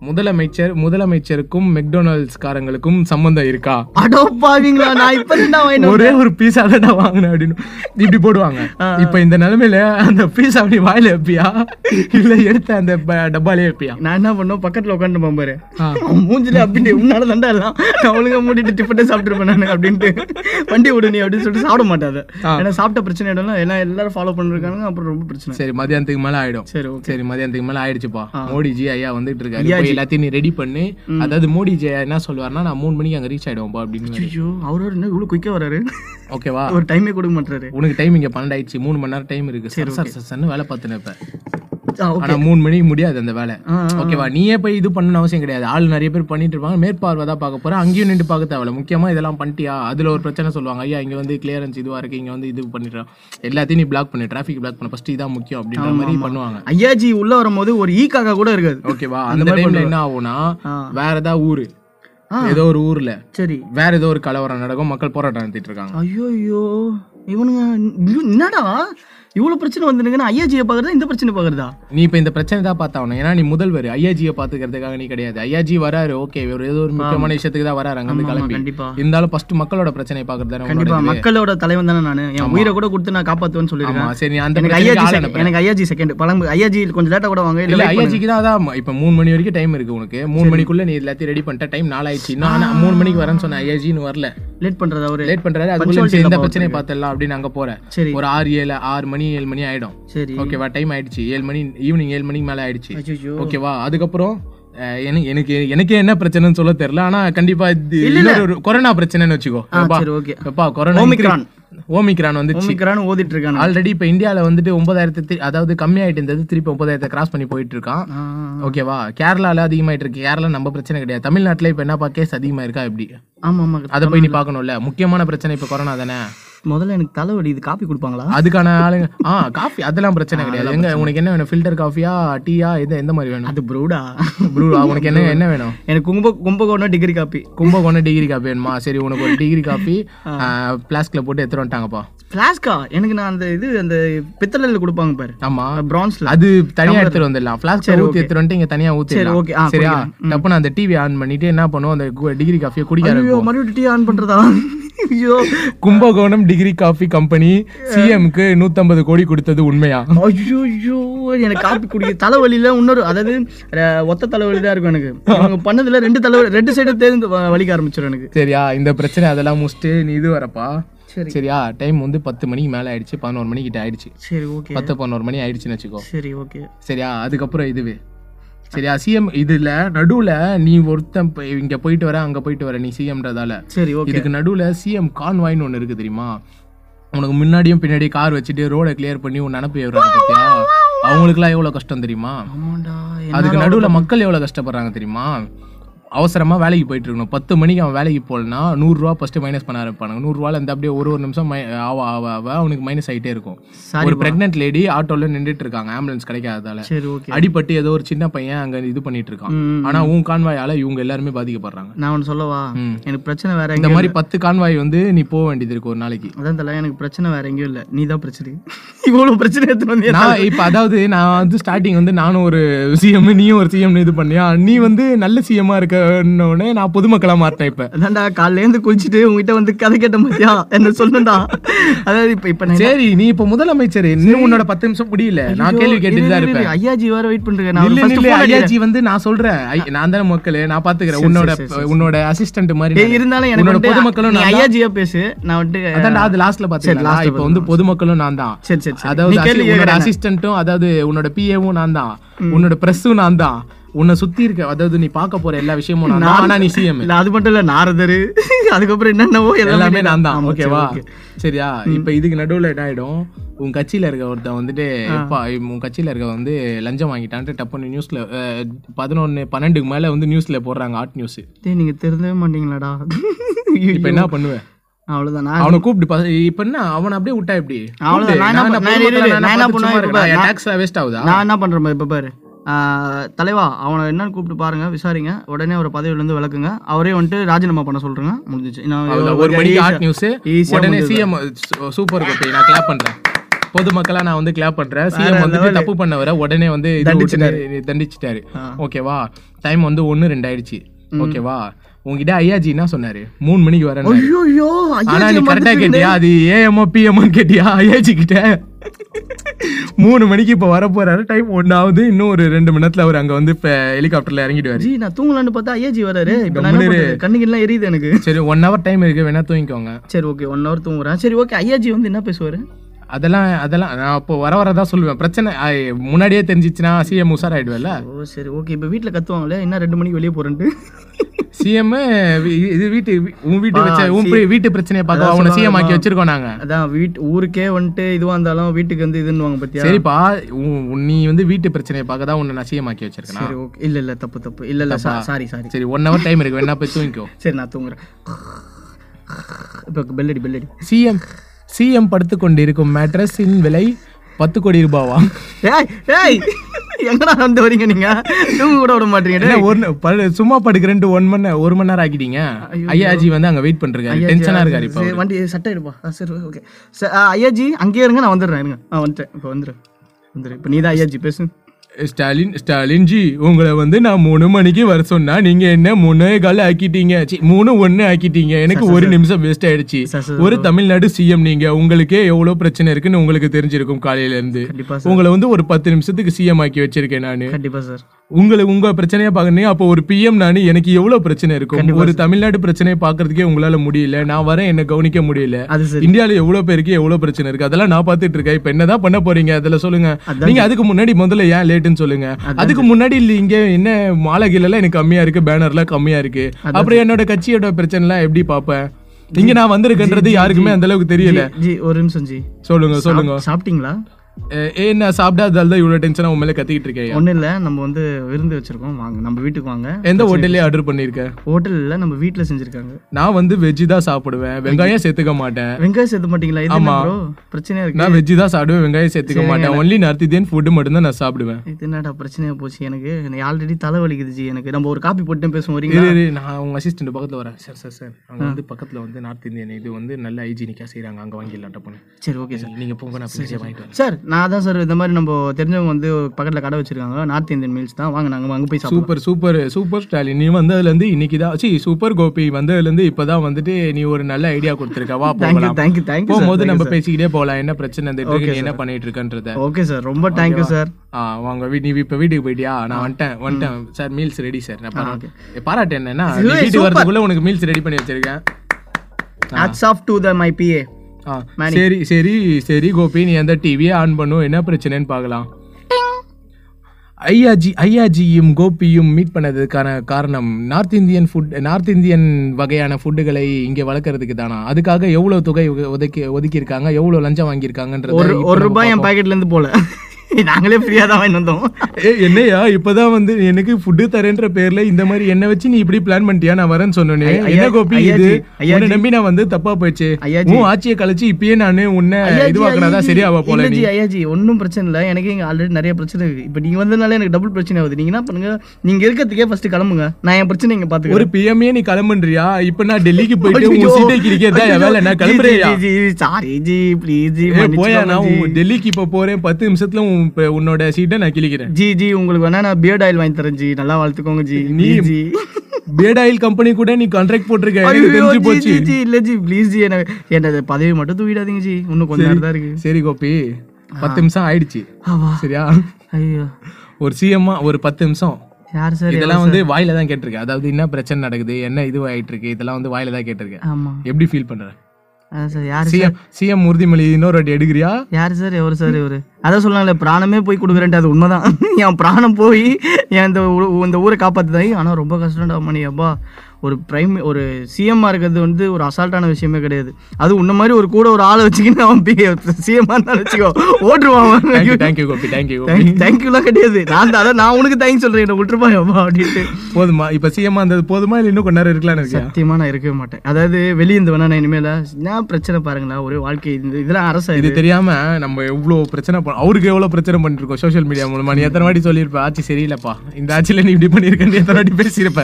Speaker 2: முதலமைச்சர் முதலமைச்சருக்கும் மெக்டொனால்ட்ஸ் காரங்களுக்கும் சம்பந்தம் இருக்கா
Speaker 1: அடோ பாவீங்களா நான் இப்ப என்ன வேணும்
Speaker 2: ஒரே ஒரு பீஸா தான் நான் வாங்கினேன் அப்படின்னு இப்படி போடுவாங்க இப்ப இந்த நிலைமையில அந்த பீஸா அப்படி வாயில வைப்பியா இல்ல எடுத்த அந்த ப- டப்பாலே வைப்பியா
Speaker 1: நான் என்ன பண்ணோம் பக்கத்துல உட்காந்து பாரு
Speaker 2: ஆ.
Speaker 1: அவன் மூஞ்சில அப்படின்ட்டு உன்னால தாண்டா எல்லாம் நான் ஒழுங்கா மூடிட்டு டிஃபட்டே சாப்பிட்டுருப்பேன் நான் அப்படின்ட்டு வண்டி விடு நீ அப்படின்னு சொல்லிட்டு சாப்பிட மாட்டாத
Speaker 2: ஆ.
Speaker 1: ஏன்னா சாப்பிட்ட பிரச்சனை இடம்லாம் எல்லாம் எல்லாரும் ஃபாலோ பண்ணிருக்காங்க அப்புறம் ரொம்ப பிரச்சனை
Speaker 2: சரி மதியானத்துக்கு மேல ஆயிடும்
Speaker 1: சரி ஓகே
Speaker 2: சரி மதியானத்துக்கு மேல ஆயிடுச்சுப்பா மோடிஜி ஐயா வந்துட்டு இருக்காரு
Speaker 1: ஐயாஜி.
Speaker 2: போய் எல்லாத்தையும் நீ ரெடி பண்ணு அதாவது மோடிஜி ஐயா என்ன சொல்லுவாருன்னா நான் மூணு மணிக்கு அங்க ரீச் ஆயிடுவோம்பா அப்படின்னு
Speaker 1: ஐயோ அவரோட என்ன இவ்வளவு குயிக்கா வராரு
Speaker 2: ஓகேவா
Speaker 1: ஒரு டைமே கொடுக்க மாட்டாரு
Speaker 2: உனக்கு டைம் இங்க பன்னெண்டு ஆயிடுச்சு மூணு மணி நேரம் டைம் இருக்கு சார் சார் சார் சார்னு வேலை பார்த்துன்னு இப்ப
Speaker 1: ஆ, ஓகே
Speaker 2: ஆனா மூணு மணிக்கு முடியாது அந்த வேலை
Speaker 1: ஆ, ஆ.
Speaker 2: ஓகேவா நீயே போய் இது பண்ணணும் அவசியம் கிடையாது ஆள் நிறைய பேர் பண்ணிட்டு இருப்பாங்க மேற்பார்வை தான் பார்க்க போறேன் அங்கேயும் நின்று பார்க்க தேவையில்ல முக்கியமா இதெல்லாம் பண்ணிட்டியா அதுல ஒரு பிரச்சனை சொல்லுவாங்க ஐயா இங்க வந்து கிளியரன்ஸ் இதுவா இருக்கு இங்க வந்து இது பண்ணிடுறோம் எல்லாத்தையும் நீ பிளாக் பண்ணு டிராஃபிக் பிளாக் பண்ண ஃபர்ஸ்ட் இதான் முக்கியம் அப்படின்ற மாதிரி பண்ணுவாங்க
Speaker 1: ஐயாஜி உள்ள வரும்போது ஒரு ஈ காக்கா கூட இருக்காது
Speaker 2: ஓகேவா அந்த டைம்ல என்ன ஆகும்னா
Speaker 1: ஆ.
Speaker 2: வேற ஏதாவது ஊரு
Speaker 1: ஆ.
Speaker 2: ஏதோ ஒரு ஊர்ல
Speaker 1: சரி
Speaker 2: வேற ஏதோ ஒரு கலவரம் நடக்கும் மக்கள் போராட்டம் நடத்திட்டு இருக்காங்க
Speaker 1: ஐயோ ஐயோ இவனுங்க இவ- என்னடா இவ்வளவு பிரச்சனை வந்துருங்கன்னா ஐயாஜியை பாக்குறதா இந்த பிரச்சனை பாக்குறதா
Speaker 2: நீ இப்ப இந்த பிரச்சனை தான் பார்த்தாவணும் ஏன்னா நீ முதல்வர் ஐயாஜியை பாத்துக்கிறதுக்காக நீ கிடையாது ஐயாஜி வராரு ஓகே ஒரு ஏதோ ஒரு முக்கியமான விஷயத்துக்கு தான் வராரு அங்க வந்து
Speaker 1: ஆமா,
Speaker 2: கிளம்பி
Speaker 1: கண்டிப்பா
Speaker 2: இருந்தாலும் ஃபர்ஸ்ட் மக்களோட பிரச்சனை பாக்குறது தானே உன்னோட
Speaker 1: கண்டிப்பா
Speaker 2: இது.
Speaker 1: மக்களோட தலைவன் தானே நானு என் உயிரை கூட கொடுத்து நான் காப்பாத்துவேன்னு
Speaker 2: ஆமா
Speaker 1: சொல்லியிருக்கேன்
Speaker 2: சரி நீ அந்த
Speaker 1: எனக்கு
Speaker 2: பிரச்சனைக்கு
Speaker 1: ஐயாஜி
Speaker 2: ஆள்
Speaker 1: செகண்ட்
Speaker 2: அனுப்புற.
Speaker 1: எனக்கு ஐயாஜி செகண்ட் பழம்பு ஐயாஜி கொஞ்சம் லேட்டா கூட வாங்க
Speaker 2: இல்ல
Speaker 1: இல்ல
Speaker 2: ஐயாஜிக்கு தான் அதான் இப்ப மூணு மணி வரைக்கும் டைம் இருக்கு உனக்கு மூணு மணிக்குள்ள நீ எல்லாத்தையும் ரெடி பண்ணிட்ட டைம் நாலாயிடுச்சு நான் ஆனா மூணு மணிக்கு வரேன்னு சொன்ன ஐயாஜின்னு வரல
Speaker 1: லேட் பண்றது அவரு
Speaker 2: லேட் பண்றாரு அதுக்குள்ள சரி, இந்த பிரச்சனையை பார்த்துடலாம் அப்படின்னு அங்க போறேன்
Speaker 1: சரி
Speaker 2: ஒரு ஆறு ஏழு ஆறு மணி ஏழு மணி ஆயிடும்
Speaker 1: சரி
Speaker 2: ஓகேவா டைம் ஆயிடுச்சு ஏழு மணி ஈவினிங் ஏழு மணிக்கு மேல ஆயிடுச்சு
Speaker 1: ஐயோ
Speaker 2: ஓகேவா அதுக்கப்புறம் அஹ், எனக்கு எனக்கு எனக்கே என்ன பிரச்சனைன்னு சொல்ல தெரியல ஆனா கண்டிப்பா இது இன்னொரு ஒரு கொரோனா பிரச்சனைன்னு வச்சுக்கோ எப்பா,
Speaker 1: சரி ஓகே
Speaker 2: எப்பா கொரோனா
Speaker 1: ஓமிக்ரான்
Speaker 2: ஓமிக்ரான் வந்து
Speaker 1: ஓமிக்ரான் ஓதிட்டு இருக்கானு
Speaker 2: ஆல்ரெடி இப்போ இந்தியால வந்துட்டு ஒன்பதாயிரத்து அதாவது கம்மியாயிட்டு இருந்தது திருப்பி ஒன்பதாயிரத்தை கிராஸ் பண்ணி போயிட்டு இருக்கான்
Speaker 1: ஆ,
Speaker 2: ஓகேவா கேரளால அதிகமாயிட்டு இருக்கு கேரளா நம்ம பிரச்சனை கிடையாது தமிழ்நாட்டுல இப்போ என்னப்பா கேஸ் அதிகமா இருக்கா எப்படி
Speaker 1: ஆமா ஆமா
Speaker 2: அதை போய் நீ பார்க்கணும்ல முக்கியமான பிரச்சனை இப்போ கொரோனா தானே
Speaker 1: முதல்ல எனக்கு தலைவலி இது காப்பி கொடுப்பாங்களா
Speaker 2: அதுக்கான ஆளுங்க ஆ காஃபி அதெல்லாம் பிரச்சனை கிடையாது எங்க உனக்கு என்ன வேணும் ஃபில்டர் காஃபியா டீயா இது எந்த மாதிரி வேணும்
Speaker 1: அது ப்ரூடா
Speaker 2: ப்ரூ உனக்கு என்ன என்ன வேணும்
Speaker 1: எனக்கு கும்ப கும்பகோணம் டிகிரி காப்பி
Speaker 2: கும்பகோணம் டிகிரி காஃபி வேணுமா சரி உனக்கு ஒரு டிகிரி காஃபி பிளாஸ்க்ல போட்டு எடுத்துட்டு வந்துட்டாங்கப்பா
Speaker 1: பிளாஸ்கா எனக்கு நான் அந்த இது அந்த பித்தளையில கொடுப்பாங்க பாரு
Speaker 2: ஆமா
Speaker 1: பிரான்ஸ்ல
Speaker 2: அது தனியா எடுத்துட்டு வந்துடலாம் ஃபிளாஸ்க் ஊத்தி எடுத்துட்டு வந்துட்டு இங்க தனியா ஊத்திடலாம்
Speaker 1: ஓகே ஆ
Speaker 2: சரியா டப்புன்னு அந்த டிவி ஆன் பண்ணிட்டு என்ன பண்ணுவோம் அந்த கு- டிகிரி காஃபியை குடிக்க ஆரம்பி-
Speaker 1: ஐயோ மறுபடியும் டீ ஆன் பண்றதா ஐயோ
Speaker 2: கும்பகோணம் டிகிரி காஃபி கம்பெனி சிஎம்க்கு நூத்தம்பது கோடி கொடுத்தது உண்மையா
Speaker 1: ஐயோ ஐயோ எனக்கு காப்பி குடிக்க தலைவலியில இன்னொரு அதாவது அஹ், ஒத்த தலைவலி தான் இருக்கும் எனக்கு இவங்க பண்ணதுல ரெண்டு தலைவலி ரெண்டு சைடு தேர்ந்து வ- வலிக்க ஆரம்பிச்சிடும் எனக்கு
Speaker 2: சரியா இந்த பிரச்சனை அதெல்லாம் முடிச்சுட்டு நீ இது வரப்பா
Speaker 1: சரி
Speaker 2: சரியா டைம் வந்து பத்து மணிக்கு மேலே ஆயிடுச்சு பதினோரு மணி கிட்ட ஆயிடுச்சு
Speaker 1: சரி ஓகே
Speaker 2: பத்து பதினோரு மணி ஆயிடுச்சுன்னு வச்சுக்கோ
Speaker 1: சரி ஓகே
Speaker 2: சரியா அதுக்கப்புறம் இதுவே சரியா சிஎம் இதுல நடுவுல நீ ஒருத்தன் போய் இங்க போயிட்டு வர அங்க போயிட்டு வர நீ சிஎம்ன்றதால
Speaker 1: சரி ஓகே
Speaker 2: இதுக்கு நடுவுல சிஎம் கான்வாய்னு ஒன்று இருக்கு தெரியுமா உனக்கு முன்னாடியும் பின்னாடி கார் வச்சுட்டு ரோட கிளியர் பண்ணி உன் நினப்பு ஏறுறாங்க பார்த்தியா அவங்களுக்குலாம் எவ்வளோ கஷ்டம் தெரியுமா
Speaker 1: ஆமாண்டா என்ன-
Speaker 2: அதுக்கு நடுவுல மக்கள் எவ்வளோ கஷ்டப்படுறாங்க தெரியுமா அவசரமா வேலைக்கு போயிட்டு இருக்கணும் பத்து மணிக்கு அவன் வேலைக்கு போகலன்னா நூறுரூவா ஃபர்ஸ்ட் மைனஸ் பண்ண ஆரம்பிப்பானுங்க நூறுரூவால இருந்து அப்படியே ஒரு ஒரு நிமிஷம் மை- ஆவ ஆவ ஆவ அவனுக்கு மைனஸ் ஆயிட்டே இருக்கும்
Speaker 1: சாரி
Speaker 2: ஒரு பிரெக்னென்ட் லேடி ஆட்டோல நின்றுட்டு இருக்காங்க ஆம்புலன்ஸ் கிடைக்காததால
Speaker 1: சரி ஓகே
Speaker 2: அடிபட்டு ஏதோ ஒரு சின்ன பையன் அங்க இது பண்ணிட்டு இருக்கான்
Speaker 1: ம்,
Speaker 2: ஆனா உன் கான்வாயால இவங்க எல்லாருமே பாதிக்கப்படுறாங்க
Speaker 1: நான் ஒன்று சொல்லவா
Speaker 2: ம்.
Speaker 1: எனக்கு பிரச்சனை வேற
Speaker 2: இந்த
Speaker 1: எங்கேயும்
Speaker 2: மாதிரி பத்து கான்வாய் வந்து நீ போக வேண்டியது இருக்கு ஒரு நாளைக்கு
Speaker 1: அதான் தலை எனக்கு பிரச்சனை வேற எங்கேயும் இல்லை நீ தான் பிரச்சனை இவ்வளோ பிரச்சனை எடுத்துட்டு வந்து
Speaker 2: நான் இப்ப அதாவது நான் வந்து ஸ்டார்டிங் வந்து நானும் ஒரு சிஎம் நீயும் ஒரு சிஎம் இது பண்ணியா நீ வந்து நல்ல சிஎம்மா இருக்கனோடனே நான் பொதுமக்களா மாறிட்டேன் இப்ப
Speaker 1: அதான்டா காலையிலேருந்து குளிச்சுட்டு உங்ககிட்ட வந்து கதை கேட்ட மாதிரியா என்ன சொல்லணும்டா அதாவது இப்போ இப்போ நான்
Speaker 2: சரி நீ இப்ப முதலமைச்சர் இன்னும் உன்னோட பத்து நிமிஷம் முடியல நான் கேள்வி கேட்டுட்டு தான்
Speaker 1: இரு, இரு,
Speaker 2: இருப்பேன்
Speaker 1: இரு, ஐயாஜி வேற வெயிட் பண்றேன் நான்
Speaker 2: நில்லு,
Speaker 1: first
Speaker 2: நில்லு,
Speaker 1: phone அடிக்கிறேன்.
Speaker 2: ஐயாஜி வந்து நான் சொல்றேன் ஐ- நான் தானே மக்களே நான் பாத்துக்கிறேன் உன்னோட உன்னோட அசிஸ்டன்ட் மாதிரி
Speaker 1: ஏய்,
Speaker 2: நான்.
Speaker 1: இருந்தாலும்
Speaker 2: உன்னோட
Speaker 1: எனக்கு
Speaker 2: பொதுமக்களும்
Speaker 1: வந்து நீ ஐயாஜியா பேசு நான் வந்துட்டு
Speaker 2: அதான்டா அது லாஸ்ட்ல பாத்தீங்களா இப்ப வந்து பொதுமக்களும் நான் தான்
Speaker 1: சரி சரி சரி
Speaker 2: அதாவது assi- உன்னோட அசிஸ்டன்ட்டும் அதாவது உன்னோட பிஏவும் நான் தான் உன்னோட பிரஸ்ஸும் நான் தான் உன்னை சுத்தி இருக்க அதாவது நீ பார்க்க போற எல்லா விஷயமும் நான் தான் ஆனா நீ சிஎம்
Speaker 1: இல்ல அது மட்டும் இல்ல நாரதரு அதுக்கப்புறம் என்னென்னவோ எல்லாமே
Speaker 2: எல்லாமே நான் தான் ஓகேவா சரியா இப்ப இதுக்கு நடுவுல என்ன ஆயிடும் உன் கட்சியில இருக்க ஒருத்தன் வந்துட்டு எப்பா, இவன் உன் கட்சியில இருக்க வந்து லஞ்சம் வாங்கிட்டான்ட்டு டப்புன்னு நியூஸ்ல பதினொன்னு பன்னெண்டுக்கு மேல வந்து நியூஸ்ல போடுறாங்க ஆட் நியூஸ்
Speaker 1: டேய் நீங்க தெரிஞ்சவே மாட்டீங்களாடா
Speaker 2: இப்ப என்ன பண்ணுவேன்
Speaker 1: அவ்வளவுதான் நான்
Speaker 2: அவனை கூப்பிட்டு பா- இப்ப என்ன அவனை அப்படியே விட்டா எப்படி
Speaker 1: அவ்வளவுதான். நான் என்ன பண்ண- நான் இரு, இரு, நான் என்ன பண்ணுவேன் இப்ப பாரு.
Speaker 2: டாக்ஸ்ல வேஸ்ட் ஆகுதா
Speaker 1: நான் என்ன பண்றேன் பாரு, இப்ப பாரு ஆஹ், தலைவா அவனை என்னன்னு கூப்பிட்டு பாருங்க விசாரிங்க உடனே அவரை பதவியில இருந்து விளக்குங்க அவரே வந்துட்டு ராஜினாமா பண்ண சொல்றேங்க முடிஞ்சிச்சு நான்
Speaker 2: அவ்வளவுதான். ஒரு மணிக்கு ஹாட் நியூஸ்
Speaker 1: easy ஆ
Speaker 2: உடனே சிஎம் சூப்பர் கோப்பை நான் கிளாப் பண்றேன் பொதுமக்களா நான் வந்து கிளாப் பண்றேன் சிஎம் வந்து தப்பு பண்ணவரை உடனே வந்து இது விட்டுட்டு தண்டிச்சிட்டாரு ஓகேவா டைம் வந்து ஒன்னு ரெண்டு ஆயிடுச்சு ஓகேவா உங்ககிட்ட ஐயாஜி என்ன சொன்னாரு மூணு மணிக்கு வரேன்
Speaker 1: ஐயோ ஐயோ
Speaker 2: ஆனா நீ கரெக்டா கேட்டியா அது ஏஎம்ஓ பிஎம்ஓ கேட்டியா ஐயாஜி கிட்ட மூணு மணிக்கு இப்ப வர போறாரு டைம் ஒன்னாவது இன்னும் ஒரு ரெண்டு மணி நேரத்துல அவர் அங்க வந்து இப்ப ஹெலிகாப்டர்ல இறங்கிடுவாரு
Speaker 1: ஜி நான் தூங்கலான்னு பார்த்தா ஐயாஜி வராரு இப்போ நான் என்ன பண்றது? கண்ணுக்கு எல்லாம் எரியுது எனக்கு
Speaker 2: சரி ஒன் hour டைம் இருக்கு வேணா தூங்கிக்கோங்க
Speaker 1: சரி ஓகே ஒன் ஹவர் தூங்குறேன் சரி ஓகே ஐயாஜி வந்து என்ன பேசுவாரு
Speaker 2: அதெல்லாம் அதெல்லாம் நான் அப்போ வர வரதான் சொல்லுவேன் பிரச்சனை ஆய், முன்னாடியே தெரிஞ்சிச்சுன்னா சிஎம் உஷார் ஆயிடுவேல்ல
Speaker 1: ஓ சரி ஓகே இப்போ வீட்டில் கத்துவாங்களே என்ன ரெண்டு மணிக்கு வெளியே போறேன்ட்டு
Speaker 2: சிஎம் இது வீட்டு வீ- உன் வீட்டு பிரச்சனை உன் pri- வீட்டு பிரச்சனையை பார்க்க அவனை சிஎம் ஆக்கி வச்சிருக்கோம் நாங்க
Speaker 1: அதான் வீட் ஊருக்கே வந்துட்டு இதுவா இருந்தாலும் வீட்டுக்கு வந்து இதுன்னுவாங்க பார்த்தியா
Speaker 2: சரிப்பா உன் உன் நீ வந்து வீட்டு பிரச்சனையை பார்க்க தான் உன்னை நான் சிஎம் ஆக்கி வச்சிருக்கேன்
Speaker 1: சரி ஓகே இல்ல இல்ல தப்பு தப்பு இல்ல இல்ல சாரி சாரி
Speaker 2: சரி ஒன் hour டைம் இருக்கு வேணா போய் தூங்கிக்கோ
Speaker 1: சரி நான் தூங்குறேன் இப்போ பெல்லடி பெல்லடி
Speaker 2: சிஎம் சிஎம் படுத்து கொண்டிருக்கும் மேட்ரஸின் விலை பத்து கோடி ரூபாவா
Speaker 1: ஏய் ஏய் எங்கடா வந்து வரீங்க நீங்க தூங்க கூட விட மாட்டீங்க
Speaker 2: என்ன ஒரு ந- படு- சும்மா படுக்கிறேன்ட்டு ஒன் மணி நே- ஒரு மணி நேரம் ஆக்கிட்டீங்க ஐயாஜி வந்து அங்க வெயிட் பண்ணிருக்காரு டென்ஷனா இருக்காரு இப்ப
Speaker 1: சரி வண்டி சட்டை எடுப்பா ஆ, சரி ஓகே ச- ஆ, ஐயாஜி அங்கேயே இருங்க நான் வந்துடுறேன் இருங்க ஆ வந்துட்டேன் இப்போ வந்துடுறேன் வந்துடுறேன் இப்போ நீ தான் ஐயாஜி பேசு
Speaker 2: ஸ்டாலின் ஸ்டாலின் ஜி உங்களை வந்து நான் மூணு மணிக்கு வர சொன்னா நீங்க என்ன மூணே கால் ஆக்கிட்டீங்க சி, மூணு ஒண்ணு ஆக்கிட்டீங்க எனக்கு ஒரு நிமிஷம் வேஸ்ட் ஆயிடுச்சு
Speaker 1: சார், சார்,
Speaker 2: ஒரு தமிழ்நாடு சிஎம் நீங்க உங்களுக்கே எவ்வளவு பிரச்சனை இருக்குன்னு உங்களுக்கு தெரிஞ்சிருக்கும் காலையில இருந்து
Speaker 1: கண்டிப்பா
Speaker 2: உங்களை வந்து ஒரு பத்து நிமிஷத்துக்கு சிஎம் ஆக்கி வச்சிருக்கேன் நானு
Speaker 1: கண்டிப்பா சார்
Speaker 2: உங்களை உங்க பிரச்சனையை பாக்கணும் அப்போ ஒரு பிஎம் நானு எனக்கு எவ்வளவு பிரச்சனை இருக்கும் ஒரு தமிழ்நாடு பிரச்சனையை பாக்குறதுக்கே உங்களால முடியல நான் வரேன் என்ன கவனிக்க முடியல
Speaker 1: அது சரி
Speaker 2: இந்தியால எவ்வளவு பேருக்கு எவ்வளவு பிரச்சனை இருக்கு அதெல்லாம் நான் பாத்துட்டு இருக்கேன் இப்ப என்னதான் பண்ண போறீங்க அதுல சொல்லுங்க நீங்க அதுக்கு முன்னாடி முதல்ல ஏன் லேட்டுன்னு சொல்லுங்க அதுக்கு முன்னாடி இல்ல இங்க என்ன மாலகில எல்லாம் எனக்கு கம்மியா இருக்கு பேனர்ல கம்மியா இருக்கு அப்புறம் என்னோட கட்சியோட பிரச்சனை எல்லாம் எப்படி பாப்பேன் இங்க நான் வந்திருக்கேன்றது யாருக்குமே அந்த அளவுக்கு தெரியல
Speaker 1: ஜி ஒரு நிமிஷம் ஜி
Speaker 2: சொல்லுங்க சொல்லுங்க
Speaker 1: சாப்பிட்டீங்களா
Speaker 2: அஹ் ஏய் நான் சாப்பிடாததால தான் இவ்வளவு டென்ஷனா உண்மையில கத்திக்கிட்டு இருக்கேன்
Speaker 1: ஒன்றும் இல்லை நம்ம வந்து விருந்து வச்சிருக்கோம் வாங்க நம்ம வீட்டுக்கு வாங்க
Speaker 2: எந்த ஹோட்டல்லயே ஆர்டர் பண்ணிருக்கேன்
Speaker 1: ஹோட்டல் இல்லை நம்ம வீட்டில் செஞ்சுருக்காங்க
Speaker 2: நான் வந்து வெஜ்ஜு தான் சாப்பிடுவேன் வெங்காயம் சேர்த்துக்க மாட்டேன்
Speaker 1: வெங்காயம் சேர்த்து மாட்டீங்களா இது என்ன ப்ரோ பிரச்சனையா இருக்கு
Speaker 2: நான் வெஜ்ஜு தான் சாப்பிடுவேன் வெங்காயம் சேர்த்துக்க மாட்டேன் ஒன்லி நார்த் இந்தியன் ஃபுட்டு மட்டும் தான் நான் சாப்பிடுவேன்
Speaker 1: இது என்னடா பிரச்சனையா போச்சு எனக்கு ஆல்ரெடி தலை வலிக்குது ஜி எனக்கு நம்ம ஒரு காப்பி போட்டு பேசுவோம் வரீங்களா
Speaker 2: இரு இரு நான் உங்க அசிஸ்டன்ட் பக்கத்துல வரேன் சார் சார் சார் அங்க வந்து பக்கத்துல வந்து நார்த் இந்தியன் இது வந்து நல்ல ஹைஜீனிக்கா செய்றாங்க அங்க வாங்கிடலாம் டப்புன்னு
Speaker 1: சரி ஓகே சார்
Speaker 2: நீங்க போங்க நான் பிரிச்சு வாங்கிட்டு வரேன்
Speaker 1: சார் நான் தான் சார் இந்த மாதிரி நம்ம தெரிஞ்சவங்க வந்து பக்கத்தில் கடை வச்சிருக்காங்க நார்த் இந்தியன் மீல்ஸ் தான் வாங்க நாங்கள் அங்கே போய் சாப்பிடுவோம்
Speaker 2: சூப்பர் சூப்பர் சூப்பர் ஸ்டாலின் நீ வந்ததுல இருந்து இன்னைக்கு தான் சி சூப்பர் கோபி வந்ததுல இருந்து இப்பதான் வந்துட்டு நீ ஒரு நல்ல ஐடியா கொடுத்துருக்க வா போகலாம்
Speaker 1: தேங்க்யூ தேங்க்யூ
Speaker 2: போகும்போது நம்ம பேசிக்கிட்டே போகலாம் என்ன பிரச்சனை இந்த இடத்துக்கு நீ என்ன பண்ணிட்டு இருக்கன்றத
Speaker 1: ஓகே சார் ரொம்ப தேங்க்யூ சார்
Speaker 2: ஆ வாங்க வீ நீ இப்ப வீட்டுக்கு போயிட்டியா நான் வந்துட்டேன் வந்துட்டேன் சார் மீல்ஸ் ரெடி சார் நான் பாராட்டு ஏ, பாராட்டு என்னன்னா நீ வீட்டுக்கு வரதுக்குள்ள உனக்கு மீல்ஸ் ரெடி பண்ணி வச்சிருக்கேன்
Speaker 1: hats off to the my PA
Speaker 2: ஆ, சரி சரி சரி கோபி நீ அந்த டிவியை ஆன் பண்ணும் என்ன பிரச்சனைன்னு பார்க்கலாம் ஐயாஜி ஐயாஜியும் கோபியும் மீட் பண்ணதுக்கான காரணம் north Indian food north Indian வகையான ஃபுட்டுகளை இங்கே வளர்க்கறதுக்கு தானா அதுக்காக எவ்வளோ தொகை ஒ- ஒதுக்கி ஒதுக்கியிருக்காங்க எவ்வளோ லஞ்சம் வாங்கியிருக்காங்கன்றது
Speaker 1: ஒரு ஒரு ரூபாய் என் packet ல இருந்து போல நாங்களே ஃப்ரீயாக தான் வாங்கி வந்தோம்
Speaker 2: ஏ என்னையா இப்பதான் வந்து எனக்கு ஃபுட்டு தரேன்ற பேர்ல இந்த மாதிரி என்ன வச்சு நீ இப்படி பிளான் பண்ணிட்டியா நான் வரேன்னு சொன்னேனே
Speaker 1: ஐயா-
Speaker 2: என்ன கோபி இது
Speaker 1: ஐயாஜி, ஐயாஜி.
Speaker 2: உன்னை நம்பி நான் வந்து தப்பா போயிடுச்சு
Speaker 1: ஐயாஜி.
Speaker 2: உன் ஆட்சியை கழிச்சு இப்பயே நான் உன்னை
Speaker 1: ஐயாஜி,
Speaker 2: இதுவாக்குனாதான்
Speaker 1: ஐயாஜி,
Speaker 2: சரியாவா போல
Speaker 1: இல்ல
Speaker 2: நீ
Speaker 1: ஜி, ஐயாஜி ஒன்றும் பிரச்சனை இல்லை எனக்கு இங்கே ஆல்ரெடி நிறைய பிரச்சனை இருக்கு இப்போ நீங்கள் வந்ததுனால எனக்கு டபுள் பிரச்சனை ஆகுது நீங்கள் என்ன பண்ணுங்க நீங்கள் இருக்கிறதுக்கே ஃபர்ஸ்ட் கிளம்புங்க நான் என் பிரச்சனை இங்கே பார்த்துக்கிறேன்
Speaker 2: ஒரு பிஎம்ஏ நீ கிளம்புன்றியா இப்ப நான் டெல்லிக்கு போயிட்டு உன்
Speaker 1: ஐயோ,
Speaker 2: சீட்டை கிழிக்கிறதா என் வேலை நான் கிளம்புறேயா
Speaker 1: ஜி, ஜி, ஜி, சாரி ஜி ப்ளீஸ் ஜி
Speaker 2: ஏ, போயா
Speaker 1: மன்னிச்சுக்கோங்க
Speaker 2: நான்
Speaker 1: ஜி.
Speaker 2: உன் டெல்லிக்கு இப்ப போறேன் பத்து நிமிஷத்துல உன் ப- உன்னோட சீட்டை நான் கிழிக்கிறேன்
Speaker 1: ஜி ஜி உங்களுக்கு வேணா நான் பியர்ட் ஆயில் வாங்கி தரேன் ஜி நல்லா வளர்த்துக்கோங்க ஜி நீ ஜி
Speaker 2: பேட் ஆயில் கம்பெனி கூட நீ கான்ட்ராக்ட் போட்டிருக்க எனக்கு
Speaker 1: ஐயோ,
Speaker 2: தெரிஞ்சு
Speaker 1: ஜி,
Speaker 2: போச்சு
Speaker 1: ஜி, ஜி, இல்ல ஜி ப்ளீஸ் ஜி என்ன என்னது பதவி மட்டும் தூக்கிடாதீங்க ஜி இன்னும் கொஞ்ச நேரம் தான் இருக்கு
Speaker 2: சரி கோபி பத்து நிமிஷம் ஆயிடுச்சு
Speaker 1: ஆவா
Speaker 2: சரியா
Speaker 1: ஐயோ
Speaker 2: ஒரு சிஎம்மா ஒரு பத்து நிமிஷம்
Speaker 1: யார் சார்
Speaker 2: இதெல்லாம் வந்து வாயில தான் கேட்டிருக்கேன் அதாவது என்ன பிரச்சனை நடக்குது என்ன இதுவாயிட்டு இருக்கு இதெல்லாம் வந்து வாயில தான் கேட்டிருக்கேன்
Speaker 1: ஆமா
Speaker 2: எப்படி ஃபீல் பண்ற
Speaker 1: அதான் சார் யார்
Speaker 2: சிஎம் சிஎம் உறுதிமொழி இன்னொரு வாட்டி எடுக்கிறியா
Speaker 1: யார் சார் எவர் சார் இவர் அதான் சொல்லாங்களே பிராணமே போய் கொடுக்குறேன்ட்டு அது உண்மைதான் என் பிராணம் போய் என் இந்த ஊ- இந்த ஊரை காப்பாற்றுதாய் ஆனால் ரொம்ப கஷ்டம்டா மணி அப்பா ஒரு பிரைம் ஒரு சிஎம்மாக இருக்கிறது வந்து ஒரு அசால்ட்டான விஷயமே கிடையாது அது உன்ன மாதிரி ஒரு கூட ஒரு ஆளை வச்சுக்கின்னு அவன் சிஎம்மாக இருந்தாலும் வச்சுக்கோ ஓட்டுருவான்
Speaker 2: thank you Gopi thank you Gopi
Speaker 1: thank தேங்க்யூலாம் கிடையாது நான் தான் அதான் நான் உனக்கு தேங்க்ஸ் சொல்கிறேன் என்ன விட்டுருப்பா அப்பா அப்படின்ட்டு
Speaker 2: போதுமா இப்ப சிஎம்மா இருந்தது போதுமா இல்ல இன்னும் கொஞ்ச நேரம் இருக்கலாம்னு இருக்கியா
Speaker 1: சத்தியமாக நான் இருக்கவே மாட்டேன் அதாவது வெளியே இருந்து வேணா நான் இனிமேல் என்ன பிரச்சனை பாருங்களேன் ஒரே வாழ்க்கை இந்த இதெல்லாம் அரசா இது
Speaker 2: இது தெரியாம நம்ம எவ்வளவு பிரச்சனை பண்ண அவருக்கு எவ்வளவு பிரச்சனை பண்ணிருக்கோம் சோஷியல் மீடியா மூலமா நீ எத்தனை வாட்டி சொல்லியிருப்ப ஆட்சி சரியில்லைப்பா இந்த ஆட்சியில நீ இப்படி பண்ணிருக்க நீ எத்தனை வாட்டி பேசியிருப்ப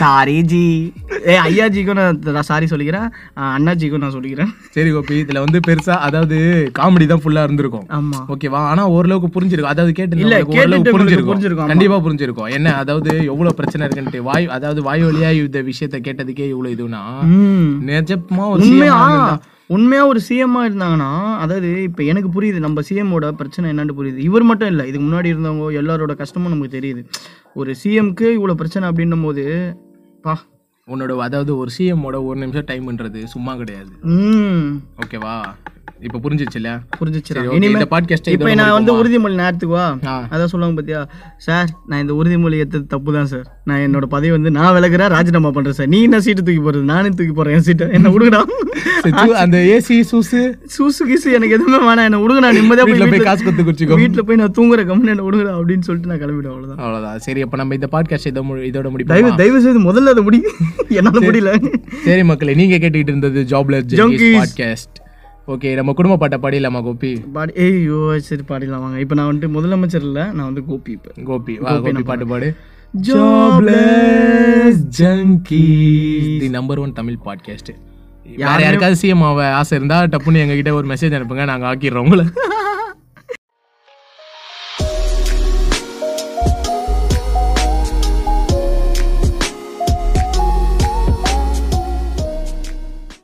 Speaker 1: சாரி ஜி ஏ ஐயாஜிக்கும் நான் சாரி சொல்லிக்கிறேன் ஆ, அண்ணாஜிக்கும் நான் சொல்லிக்கிறேன்
Speaker 2: சரி கோபி இதுல வந்து பெருசா அதாவது காமெடி தான் ஃபுல்லா இருந்திருக்கும்
Speaker 1: ஆமா
Speaker 2: ஓகேவா ஆனா ஓரளவுக்கு புரிஞ்சிருக்கும் அதாவது கேட்டு
Speaker 1: இல்ல,
Speaker 2: உங்களுக்கு ஓரளவுக்கு
Speaker 1: கேட்டுட்டு உங்களுக்கு
Speaker 2: புரிஞ்சிருக்கும்
Speaker 1: புரிஞ்சிருக்கும்,
Speaker 2: கண்டிப்பா புரிஞ்சிருக்கும் என்ன அதாவது எவ்வளவு பிரச்சனை இருக்குன்ட்டு வாய் அதாவது வாய் வழியா இந்த விஷயத்த கேட்டதுக்கே இவ்வளவு இதுனா
Speaker 1: ம்.
Speaker 2: நிஜமா ஒரு
Speaker 1: உண்மையா
Speaker 2: சீமா
Speaker 1: உண்மையா ஒரு சிஎம்மா இருந்தாங்கன்னா அதாவது இப்போ எனக்கு புரியுது நம்ம சிஎம்மோட பிரச்சனை என்னன்னு புரியுது இவர் மட்டும் இல்லை இதுக்கு முன்னாடி இருந்தவங்க எல்லாரோட கஷ்டமும் நமக்கு தெரியுது ஒரு சிஎம்க்கு இவ்வளோ பிரச்சனை அப்படின்னும் போது பா
Speaker 2: உன்னோட அதாவது ஒரு சிஎம்மோட ஒரு நிமிஷம் டைம்ன்றது சும்மா கிடையாது
Speaker 1: ம்
Speaker 2: ஓகேவா இப்ப புரிஞ்சிச்சுல
Speaker 1: புரிஞ்சிச்சுடா
Speaker 2: சரி, okay, இந்த பாட்காஸ்ட்
Speaker 1: இப்போ நான் வந்து உறுதிமொழி நேரத்துக்கு வா
Speaker 2: ஆ.
Speaker 1: அதான் சொல்லுவாங்க பாத்தியா சார் நான் இந்த உறுதிமொழி எடுத்தது தப்பு தான் சார் நான் என்னோட பதவி வந்து நான் விலகிறேன் ராஜினாமா பண்றேன் சார் நீ என்ன சீட்டு தூக்கி போறது நானே தூக்கி போறேன் என் சீட்டை என்ன விடுங்கடா
Speaker 2: அந்த ஏசி சூசு
Speaker 1: சூசு கீசு எனக்கு எதுவுமே வேணாம் என்ன விடுங்க நான் நிம்மதியா போய்
Speaker 2: வீட்டுல போய்
Speaker 1: வீட்டுல-
Speaker 2: காசு கொடுத்து குடிச்சுக்கோ
Speaker 1: வீட்டுல போய் நான் தூங்குற கம்முன்னு என்ன விடுங்கடா அப்படின்னு சொல்லிட்டு நான் கிளம்பிடுவேன் அவ்வளவுதான்
Speaker 2: அவ்வளவுதான் சரி அப்ப நம்ம இந்த பாட்காஸ்ட் இதோ மு- இதோட
Speaker 1: தயவு
Speaker 2: முடிப்போம்
Speaker 1: தயவு செய்து முதல்ல அதை முடி என்னால முடியல
Speaker 2: சரி மக்களே நீங்க கேட்டுக்கிட்டு இருந்தது ஜாப்லெஸ்
Speaker 1: Junkies.
Speaker 2: பாட்காஸ்ட் ஓகே நம்ம குடும்ப பாட்டை பாடிடலாமா கோபி
Speaker 1: பாடி ஐயோ சரி பாடிடலாம் வாங்க இப்போ நான் வந்துட்டு முதலமைச்சர் இல்ல நான் வந்து கோபி இப்போ
Speaker 2: கோபி வா கோபி பாட்டு பாடு
Speaker 1: Jobless
Speaker 2: junkies the number one Tamil podcast வேற யாருக்காவது சிஎம் ஆக ஆசை இருந்தா டப்புன்னு எங்ககிட்ட ஒரு மெசேஜ் அனுப்புங்க நாங்க ஆக்கிடுறோம் உங்களை